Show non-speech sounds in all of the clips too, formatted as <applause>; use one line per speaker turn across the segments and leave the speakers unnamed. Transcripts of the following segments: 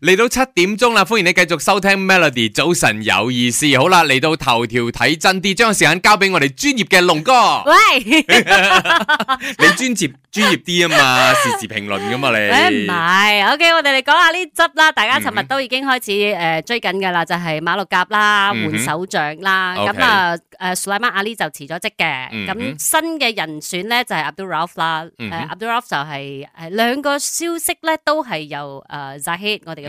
嚟到七點鐘啦，歡迎你繼續收聽 Melody 早晨有意思。好啦，嚟到頭條睇真啲，將時間交俾我哋專業嘅龍
<laughs>
哥。
喂，
你專接專業啲啊
<laughs>
嘛，時事評論噶嘛你。
誒唔係，OK，我哋嚟講下呢執啦。大家尋日都已經開始誒追緊㗎啦，就係馬六甲啦、
嗯哼
換首長啦。
OK
咁啊誒，蘇萊曼阿里就辭咗職嘅。
嗯
咁
哼
新嘅人選咧就係 Abdul Rauf 啦。
嗯
誒
哼
Abdul Rauf 就係誒兩個消息咧都係由誒 Zahid 我哋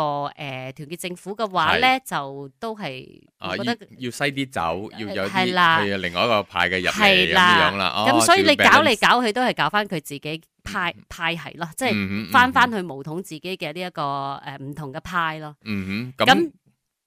誒團結政府嘅話咧，就都係
啊，
我
要
覺得
要西啲走，要有啲
係啦
係另外一個派嘅入嚟咁
係啦
樣啦。
咁，
哦
所以你
要 balance 嗯
搞嚟搞去都係搞翻佢自己派派系咯，即係
嗯哼
翻翻去巫統自己嘅呢一個誒唔同嘅派咯。
嗯哼咁
咁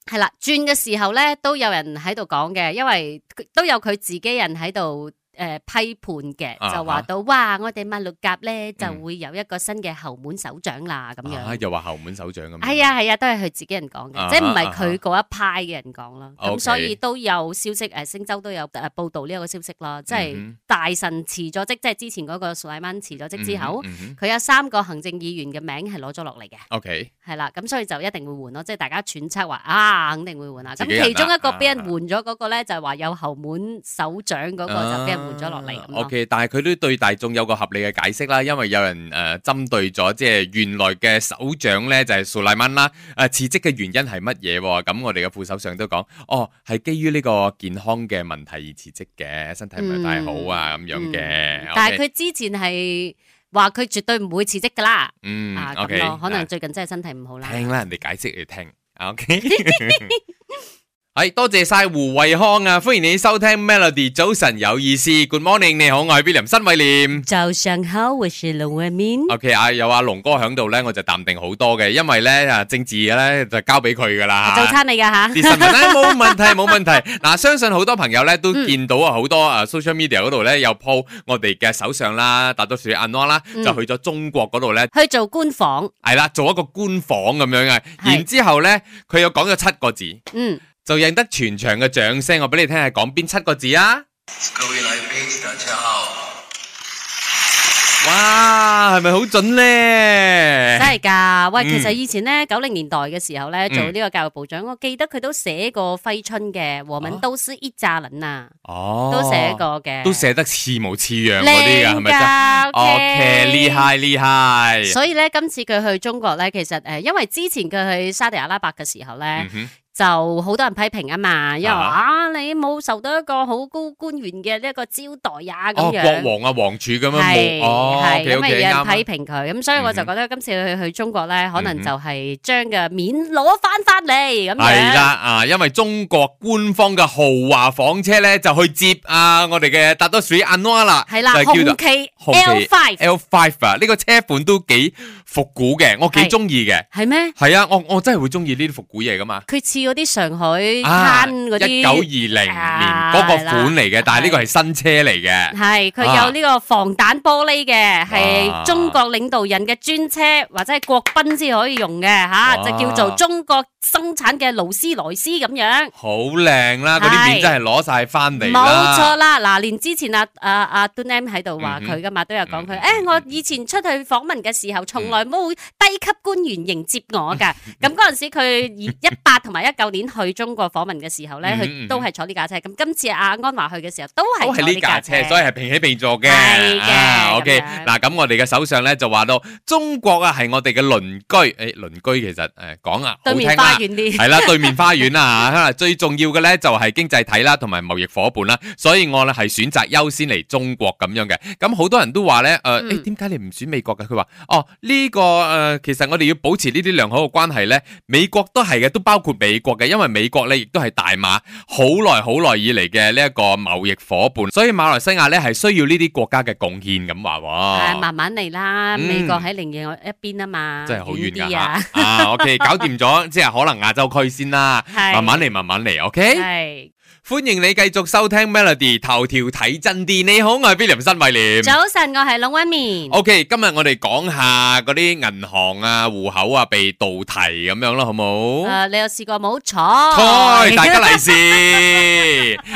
係啦，轉嘅時候咧都有人喺度講嘅，因為佢都有佢自己人喺度。誒、批判
啊
嘅
哈
就話到，哇！我哋馬六甲咧就會有一個新嘅後門首長啦，咁樣。
啊又話後門首長咁樣。
係啊係啊，都係佢自己人講
啊哈
嘅，即係唔係佢嗰一派嘅人講啦。
OK
咁所以都有消息，誒星洲都有誒報導呢一個消息啦，即
嗯
係
哼
大臣辭咗職，即係之前嗰個蘇萊曼辭咗職之後，
嗯哼嗯哼
佢有三個行政議員嘅名係攞咗落嚟嘅，
，OK，
係啦，咁所以就一定會換咯，即係大家揣測話啊，肯定會換啦。
自
咁
己人啊啦
其中一個俾人換咗嗰個咧，就係話有後門首長嗰個
啊
就俾人換咗落嚟咁咯
O K，但係佢都對大眾有個合理嘅解釋啦，因為有人誒針對咗即係原來嘅首長咧就係蘇萊曼啦，誒辭職嘅原因係乜嘢喎？咁我哋嘅副首相都講，哦係基於呢個健康嘅問題而辭職嘅，身體唔係太好啊咁樣嘅
嗯。但係
係佢
佢之前係話佢絕對唔會辭職噶啦。
嗯
啊
O
咁
K，
咯，可能最近真係身體唔好啦。
聽啦，人哋解釋嚟聽。OK，係多謝晒胡惠康啊！歡迎你收聽 Melody 早晨有意思，Good morning，你好，我係 William 新偉廉。
早上好，我是龍紋敏。
O.K. 啊，有阿龍哥喺度咧，我就淡定好多嘅，因為咧啊政治嘅咧就交俾佢噶啦。
早餐嚟噶吓
<laughs> 啲，新聞咧冇問題冇問題。嗱，相信好多朋友咧都
嗯
見到啊，好多啊 social media 嗰度咧有 po 我哋嘅首相啦，達多士安安啦，就
嗯
去咗中國嗰度咧，
去做官訪。
係啦，做一個官訪咁樣嘅。
係
然之後咧，佢又講咗七個字，
嗯，
就引得全場嘅掌聲。我俾你聽係講邊七個字啊？
各位来宾，大家好。
哇，係咪好準咧
<laughs> 真？係噶。喂，
嗯
其實以前咧，九零年代嘅時候咧，
嗯
做呢個教育部長，我記得佢都寫過揮春嘅，和敏都斯一炸輪啊，
哦，
都寫過嘅，
都寫得似模似樣嗰啲㗎，係
靚
咪真？
噶。
O K，厲。害厲害。
所以咧，今次佢去中國咧，其實誒，因為之前佢去沙地阿拉伯嘅時候咧
嗯。哼
就好多人批評啊嘛，因為話
啊
啊你冇受到一個好高官員嘅呢一個招待啊
哦，
咁樣。
國王啊，王儲咁樣
係
冇，哦
係，
，OK
因為
OK，
有
啱
人
啊
批評佢，咁所以我就
嗯哼
覺得今次佢去中國咧，可
嗯哼
能就係將嘅面攞翻翻嚟咁
係啦
樣。
啊，因為中國官方嘅豪華房車咧就去接啊我哋嘅達多士安諾啦，
係啦，
就叫
紅
做
旗
紅
L
旗
five
L Five 啊，呢個車款都幾復古嘅，我幾
係
中意嘅。
係咩？
係啊，我我真係會中意呢啲復古嘢噶嘛。
佢似嗰啲上海
啊，
灘嗰
一九二
啲，
零年
啊
嗰個款嚟嘅，但係呢個係新車嚟嘅。
係佢
啊
有呢個防彈玻璃嘅，
哇
係中國領導人嘅專車或者係國賓先可以用嘅吓，
哇
就叫
啊
做中國生產嘅勞斯萊斯咁樣。
好靚啦，嗰啲面
係
真係攞晒翻嚟
冇
啦。
錯啦，嗱，連之前阿阿阿 Don M 喺度話
嗯哼
佢噶嘛，都有講佢，
嗯
誒，我以前出去訪問嘅時候，從來冇低級官員迎接我
<laughs>
噶。咁嗰陣時佢一八同埋一九年去中國訪問嘅時候咧，
嗯哼嗯哼
佢都係坐呢架車。咁今次阿安華去嘅時候，都
都係
係坐
呢
呢架
架
車
車，。所以係平起平坐嘅。
係嘅
啊
咁
OK，
樣
嗱咁我哋嘅首相咧就話到中國啊係我哋嘅鄰居，誒鄰居其實誒講啊好
對
聽
面花
啦。
園啲，
<laughs> 係啦，對面花園啊， <laughs> 嚇最重要嘅咧就係經濟體啦，同埋貿易伙伴啦，所以我咧係選擇優先嚟中國咁樣嘅。咁好多人都話咧，誒
嗯
誒點解你唔選美國嘅？佢話呃哦呢個誒其實我哋要保持呢啲良好嘅關係咧，美國都係嘅，都包括美國嘅，因為美國呢亦都係大馬好耐好耐以嚟嘅呢一個貿易伙伴，所以馬來西亞呢係需要呢啲國家嘅貢獻咁話
啊，
喎。
慢慢嚟啦，
嗯
美國喺另外一邊啊嘛，
真係好遠㗎
啲
嚇
啊，
啊！OK，搞掂咗，即係可能亞洲區先啦，
<laughs> 係
慢慢嚟，慢慢嚟，OK。
係。
欢迎你繼續收聽 Melody 頭條睇真啲，你好，我係 William 新伟廉。
早晨，我係龍威面，
O.K. 今日我哋講下嗰啲銀行啊、户口啊被盜提咁樣啦，好冇？
誒，你有試過冇錯？
開大家
<laughs>
利是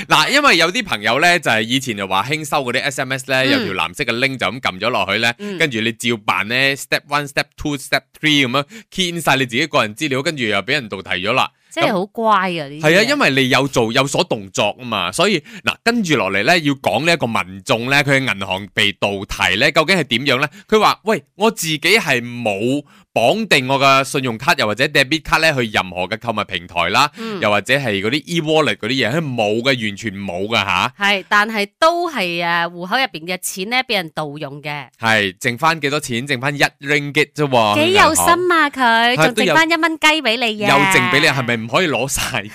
嗱，因為有啲朋友咧就係以前就話輕收嗰啲 S.M.S 咧，有條藍色嘅 link 就咁撳咗落去咧，
嗯
跟住你照辦咧，step one、step two、step three 咁樣 key 晒你自己個人資料，跟住又俾人盜提咗啦。
真係好乖啊！呢啲
係啊，
嘢
因為你有做有所動作啊嘛，所以嗱跟住落嚟咧，要講呢一個民眾咧，佢嘅銀行被盜提咧，究竟係點樣咧？佢話：喂，我自己係冇綁定我嘅信用卡又或者 debit 卡咧去任何嘅購物平台啦，
嗯
又或者係嗰啲 e wallet 嗰啲嘢，係冇嘅，完全冇嘅吓，
係，但係都係诶户口入边嘅錢咧，俾人盜用嘅，
係剩翻幾多錢？剩翻一 ringgit 啫喎，
幾有心啊！佢
係都
仲
有
剩翻一蚊雞俾你
銀
啊！
行，又剩俾你，係
<laughs>
咪唔可以攞晒？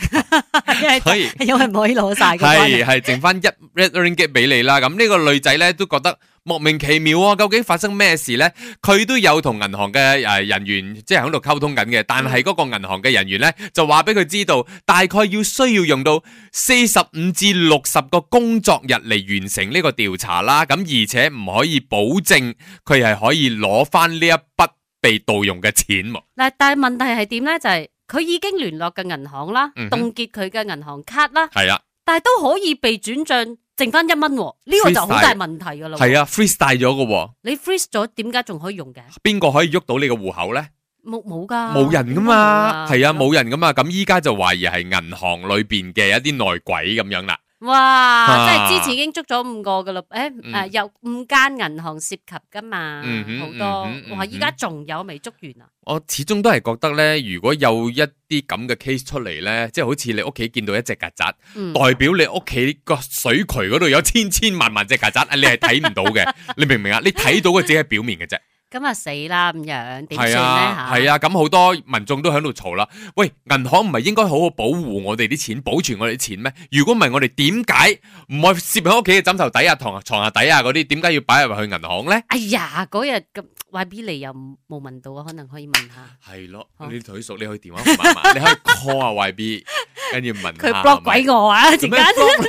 所以。
因為唔可以攞晒嘅關
系
係？
系剩翻一 red ringgit 俾你啦。咁呢個女仔咧都覺得莫名其妙啊，究竟發生咩事咧？佢都有同銀行嘅诶人員即係喺度溝通緊嘅，但係嗰個銀行嘅人員咧就話俾佢知道，大概要需要用到四十五至六十個工作日嚟完成呢個調查啦。咁而且唔可以保證佢係可以攞翻呢一筆被盜用嘅錢喎。
嗱，但係問題係點咧？就係佢已經聯絡嘅銀行啦，
嗯哼
凍結佢嘅銀行卡啦，
係啊，
但係都可以被轉帳，剩翻一蚊喎，呢個就好大問題㗎啦。
係啊，freeze 大咗嘅喎，
你 freeze 咗，點解仲可以用嘅？
邊個可以喐到你個户口咧？
冇冇噶，
冇人噶嘛，係啊，
應該㗎。
啊冇人噶嘛，咁依家就懷疑係銀行裏邊嘅一啲內鬼咁樣啦。
哇！
啊
即係之前已經捉咗五個噶啦，诶
嗯
诶，啊有五間銀行涉及噶嘛，
嗯哼
好
嗯哼
多哇！
嗯哼
依家仲有未捉完啊？
我始終都係覺得呢，如果有一啲咁嘅 case 出嚟呢，即係好似你屋企見到一隻曱甴，
嗯，
代表你屋企個水渠嗰度有千千萬萬隻曱甴，你係睇唔到 <laughs> 嘅，你明唔明啊？你睇到嘅只係表面嘅啫。
咁啊死啦咁樣點算
係
咧
啊，
吓？
係啊，咁好多民眾都喺度嘈啦。喂，銀行唔係應該好好保護我哋啲錢，保存我哋啲錢咩？如果唔係，我哋點解唔係攝喺屋企嘅枕頭底啊、床床下底啊嗰啲？點解要擺入去銀行呢？
哎呀，嗰日咁 Y B 嚟又冇問到啊，可能可以問
<laughs>
下
係咯，
哦
你同佢熟，你可以電話號碼嘛，你可以 call 啊 YB，跟住問下
佢 block 鬼我啊！一陣
係咪做
間
咩 block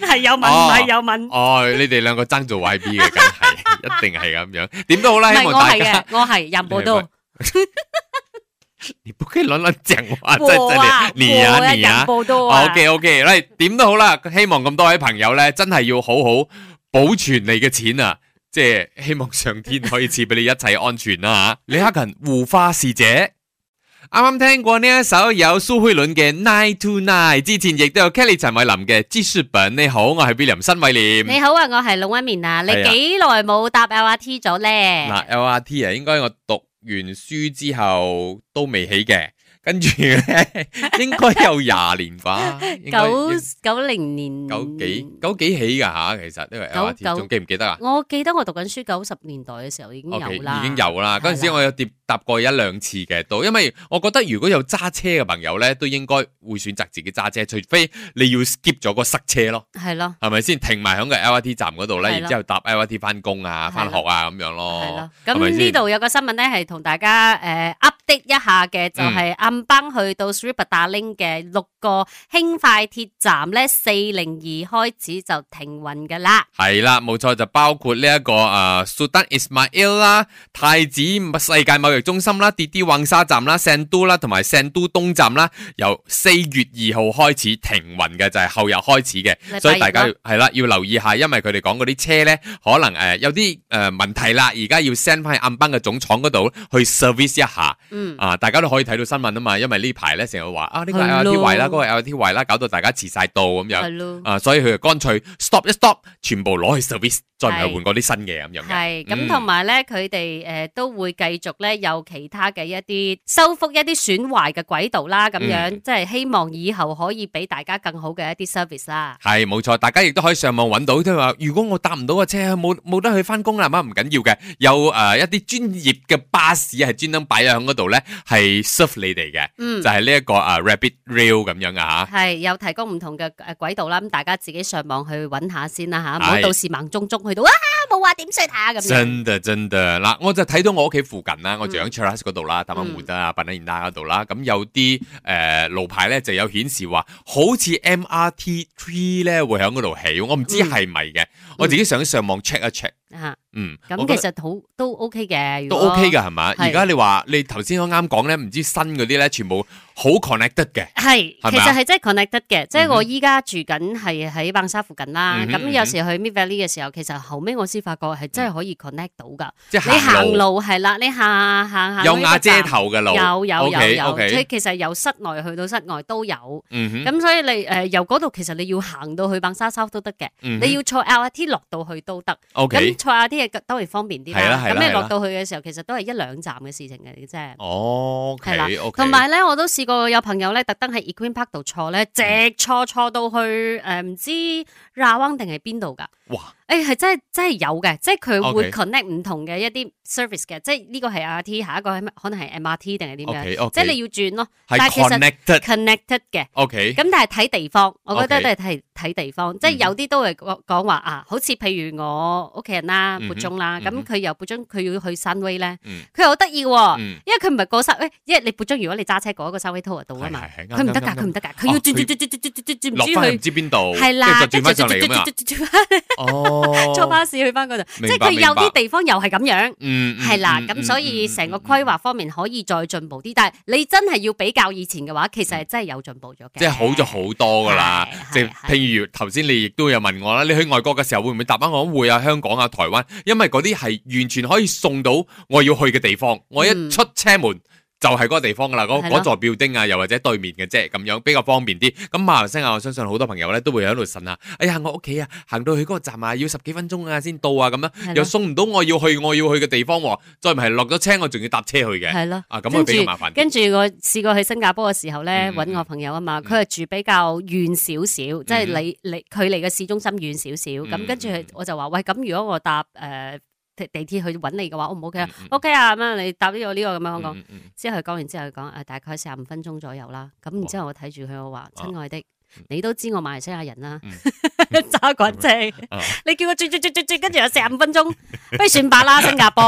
你？
係有問
哦
唔係有問？
<laughs> 哦，你哋兩個爭做 YB 嘅，梗係一定係咁樣。點都好
唔
啦，希
係我
望大
係
家
嘅， <laughs> 我係任部
你
都
係。你不可以亂亂講話， <laughs> 真
我啊，
真你你
我
啊
啊
你啊
人。部都啊
O K O K，咧點都好啦，希望咁多位朋友咧，真係要好好保存你嘅錢啊！即係希望上天可以賜俾你一切安全啦、
<laughs>
啊、李克勤護花使者。啱啱聽過呢一首有蘇慧倫嘅《Nine to Nine》，之前亦都有 Kelly 陳慧琳嘅《知書本》。你好，我係 William 新偉
你
廉。
好啊，我係老威面啊，你
係啊
幾耐冇搭 L R T 咗咧？
嗱，L R T 啊，應該我讀完書之後都未起嘅，跟住咧 <laughs> 應該有廿年啩，應該
九九零年
九幾九幾起噶吓，其實呢個 L R T
嗯九
仲記唔記得啊
我記得我讀緊書九十年代嘅時候已經
？OK，
有啦，
已經有啦。嗰陣時我有碟搭過一兩次嘅到，因為我覺得如果有揸車嘅朋友咧，都應該會選擇自己揸車，除非你要 skip 咗個塞車咯，
係咯，
係咪先？停埋喺個 L R T 站嗰度咧，
係咯
然之後搭 L R T 翻工啊、
係
翻
咯
學啊咁樣
係咯
咯。。係咪
咁
先
呢度有個新聞咧，係同大家誒 update 一下嘅，就係暗邦去到 Sri Petaling 嘅六個輕快鐵站咧，四零二開始就停運㗎啦。
係啦，冇錯，就包括呢、一個誒 Sultan Ismail 啦、太子世界貿易中心啦、跌啲旺沙站啦、聖都啦同埋聖都東站啦，由四月二號開始停運嘅，就係、後日開始嘅，
禮拜日
所以大家
啦
係啦要留意下，因為佢哋講嗰啲車呢，可能誒、呃有啲誒、呃、問題啦，而家要 send 翻去暗邦嘅總廠嗰度去 service 一下。
嗯，
啊！大家都可以睇到新聞啊嘛，因為呢排呢，成日話啊呢、個
係
LRT
咯
壞啦，嗰、個 LRT 壞啦，搞到大家遲晒到咁樣。
係咯。
啊，所以佢就乾脆 stop 一 stop，全部攞去 service，再唔係換嗰啲新嘅咁樣嘅。
係
嗯
咁，同埋咧，佢哋誒都會繼續咧有其他嘅一啲修復一啲損壞嘅軌道啦，咁樣、
嗯
即係希望以後可以俾大家更好嘅一啲 service 啦。
係冇錯，大家亦都可以上網揾到，即係話如果我搭唔到個車，啊冇冇得去翻工啦，咁啊唔緊要嘅，有誒、呃一啲專業嘅巴士係專登擺喺嗰度度咧係 serve 你哋嘅，
嗯
就。係呢一個啊 rabbit rail 咁樣啊吓。
系有提供唔同嘅诶轨道啦，咁大家自己上網去揾下先啦吓，唔好
係
到時盲中中去到啊冇話點算下咁樣。
真嘅真嘅嗱，我就睇到我屋企附近
嗯
啦，我住喺 Cheras 嗰度啦，淡馬湖啊、笨撚啦嗰度啦，咁有啲誒路牌咧就有顯示話，好似 MRT Three 咧會喺嗰度起，我唔
嗯
知係咪嘅，我自己想上網 check 一 check，
吓，
嗯，我
咁
覺
其
得
實好都 OK 嘅，
都
如果
OK 噶係嘛？
係
而家你話你頭先啱啱講咧，唔知新嗰啲咧全部好 connected 嘅，
係，
係
其
咪啊
實係真係 connected 嘅，即
嗯
係
哼
我依家住緊係喺棒沙附近啦。
嗯哼
咁
嗯哼
有時去 Mid Valley 嘅時候，其實後尾我先發覺係真係可以 connect 到㗎。
即
你
係
行路係啦，你行行行
有
去一個
瓦遮
站
頭嘅路，
有有有
OK
有，即係
OK，
其實由室內去到室外都有。
嗯哼，
咁所以你诶由嗰度其實你要行到去棒沙沙都得嘅。
嗯哼
你要坐 LRT 落到去都得，咁
OK，
坐 LRT 係當然方便啲
係啦
啦。
係啦
咁
係啦
你落到去嘅時候，其實都係一兩站嘅事情嚟嘅啫。
哦
係啦
，OK OK，
同埋咧，我都試過有朋友咧，特登喺 Equine Park 度坐
嗯
咧，直坐坐到去誒唔知 r a w a n 定係邊度㗎？
哇，
誒係真係真係有嘅，即係佢會
OK
connect 唔同嘅一啲 service 嘅，即係呢個係 LRT，下一個係咩可能係 MRT 定係點樣？
OK，OK
即係你要轉咯
係
但係其實
connected。
，connected 嘅。
OK，
咁但係睇地方，我覺得
OK
都係睇睇地方，即係有啲都係講講話啊，好似譬如我屋企人啦，
嗯哼
撥鐘啦，咁
嗯哼
佢由撥鐘佢要去山威咧
嗯，
佢又好得意喎，
嗯
因為佢唔係過山，喂，因為你撥鐘如果你揸車過一個山威 tour 度啊嘛，
係係係
佢唔得
啱啱
㗎，
啱
佢唔得㗎，佢要
哦
轉
佢
轉轉轉轉轉轉轉
落
轉
翻去
唔
唔
知去。
知邊度，
係
跟
啦，
住就轉翻上嚟咁樣啊。哦，
<laughs> 坐巴士去翻嗰度，即
明
係
白
佢有
明白
啲地方又係咁樣，
嗯，嗯
係啦，
嗯
咁
嗯
所
嗯
以
嗯
成個
嗯
規劃方面可以再進步啲，但係你真係要比較以前嘅話，其實係真係有進步咗嘅，
即係好咗好多噶啦
係，
即
係
係譬如頭先你亦都有問我啦，你去外國嘅時候會唔會搭翻我會啊香港啊台灣？因為嗰啲係完全可以送到我要去嘅地方，我一
嗯
出車門。就係嗰個地方噶啦，嗰
係咯
嗰座 building 啊，又或者對面嘅啫，咁樣比較方便啲。咁馬來西亞，我相信好多朋友咧都會喺度呻啊，哎呀，我屋企啊，行到去嗰個站啊，要十幾分鐘啊先到啊，咁
係
樣
咯
又送唔到我要去我要去嘅地方喎，再唔係落咗車我仲要搭車去嘅，
係咯。
啊咁會比較麻煩啲。
跟住我試過去新加坡嘅時候咧，
嗯
揾我朋友啊嘛，佢係住比較遠少少，即係你你距離嘅市中心遠少少。
嗯
咁跟住
嗯
我就話：喂，咁如果我搭誒地地鐵去揾你嘅話，O 唔 OK 啊
嗯嗯
？OK 啊，咁樣你搭呢個呢個咁樣我講。
嗯嗯嗯
之後佢講完之後，佢講呃誒大概四十五分鐘左右啦。咁然之後我睇住佢，我話：親愛的。
嗯
你都知我馬來西亞人啦， <laughs> 揸滾車，
啊
你叫我轉轉轉轉轉，跟住有四十五分鐘，不如算罷啦，新加坡。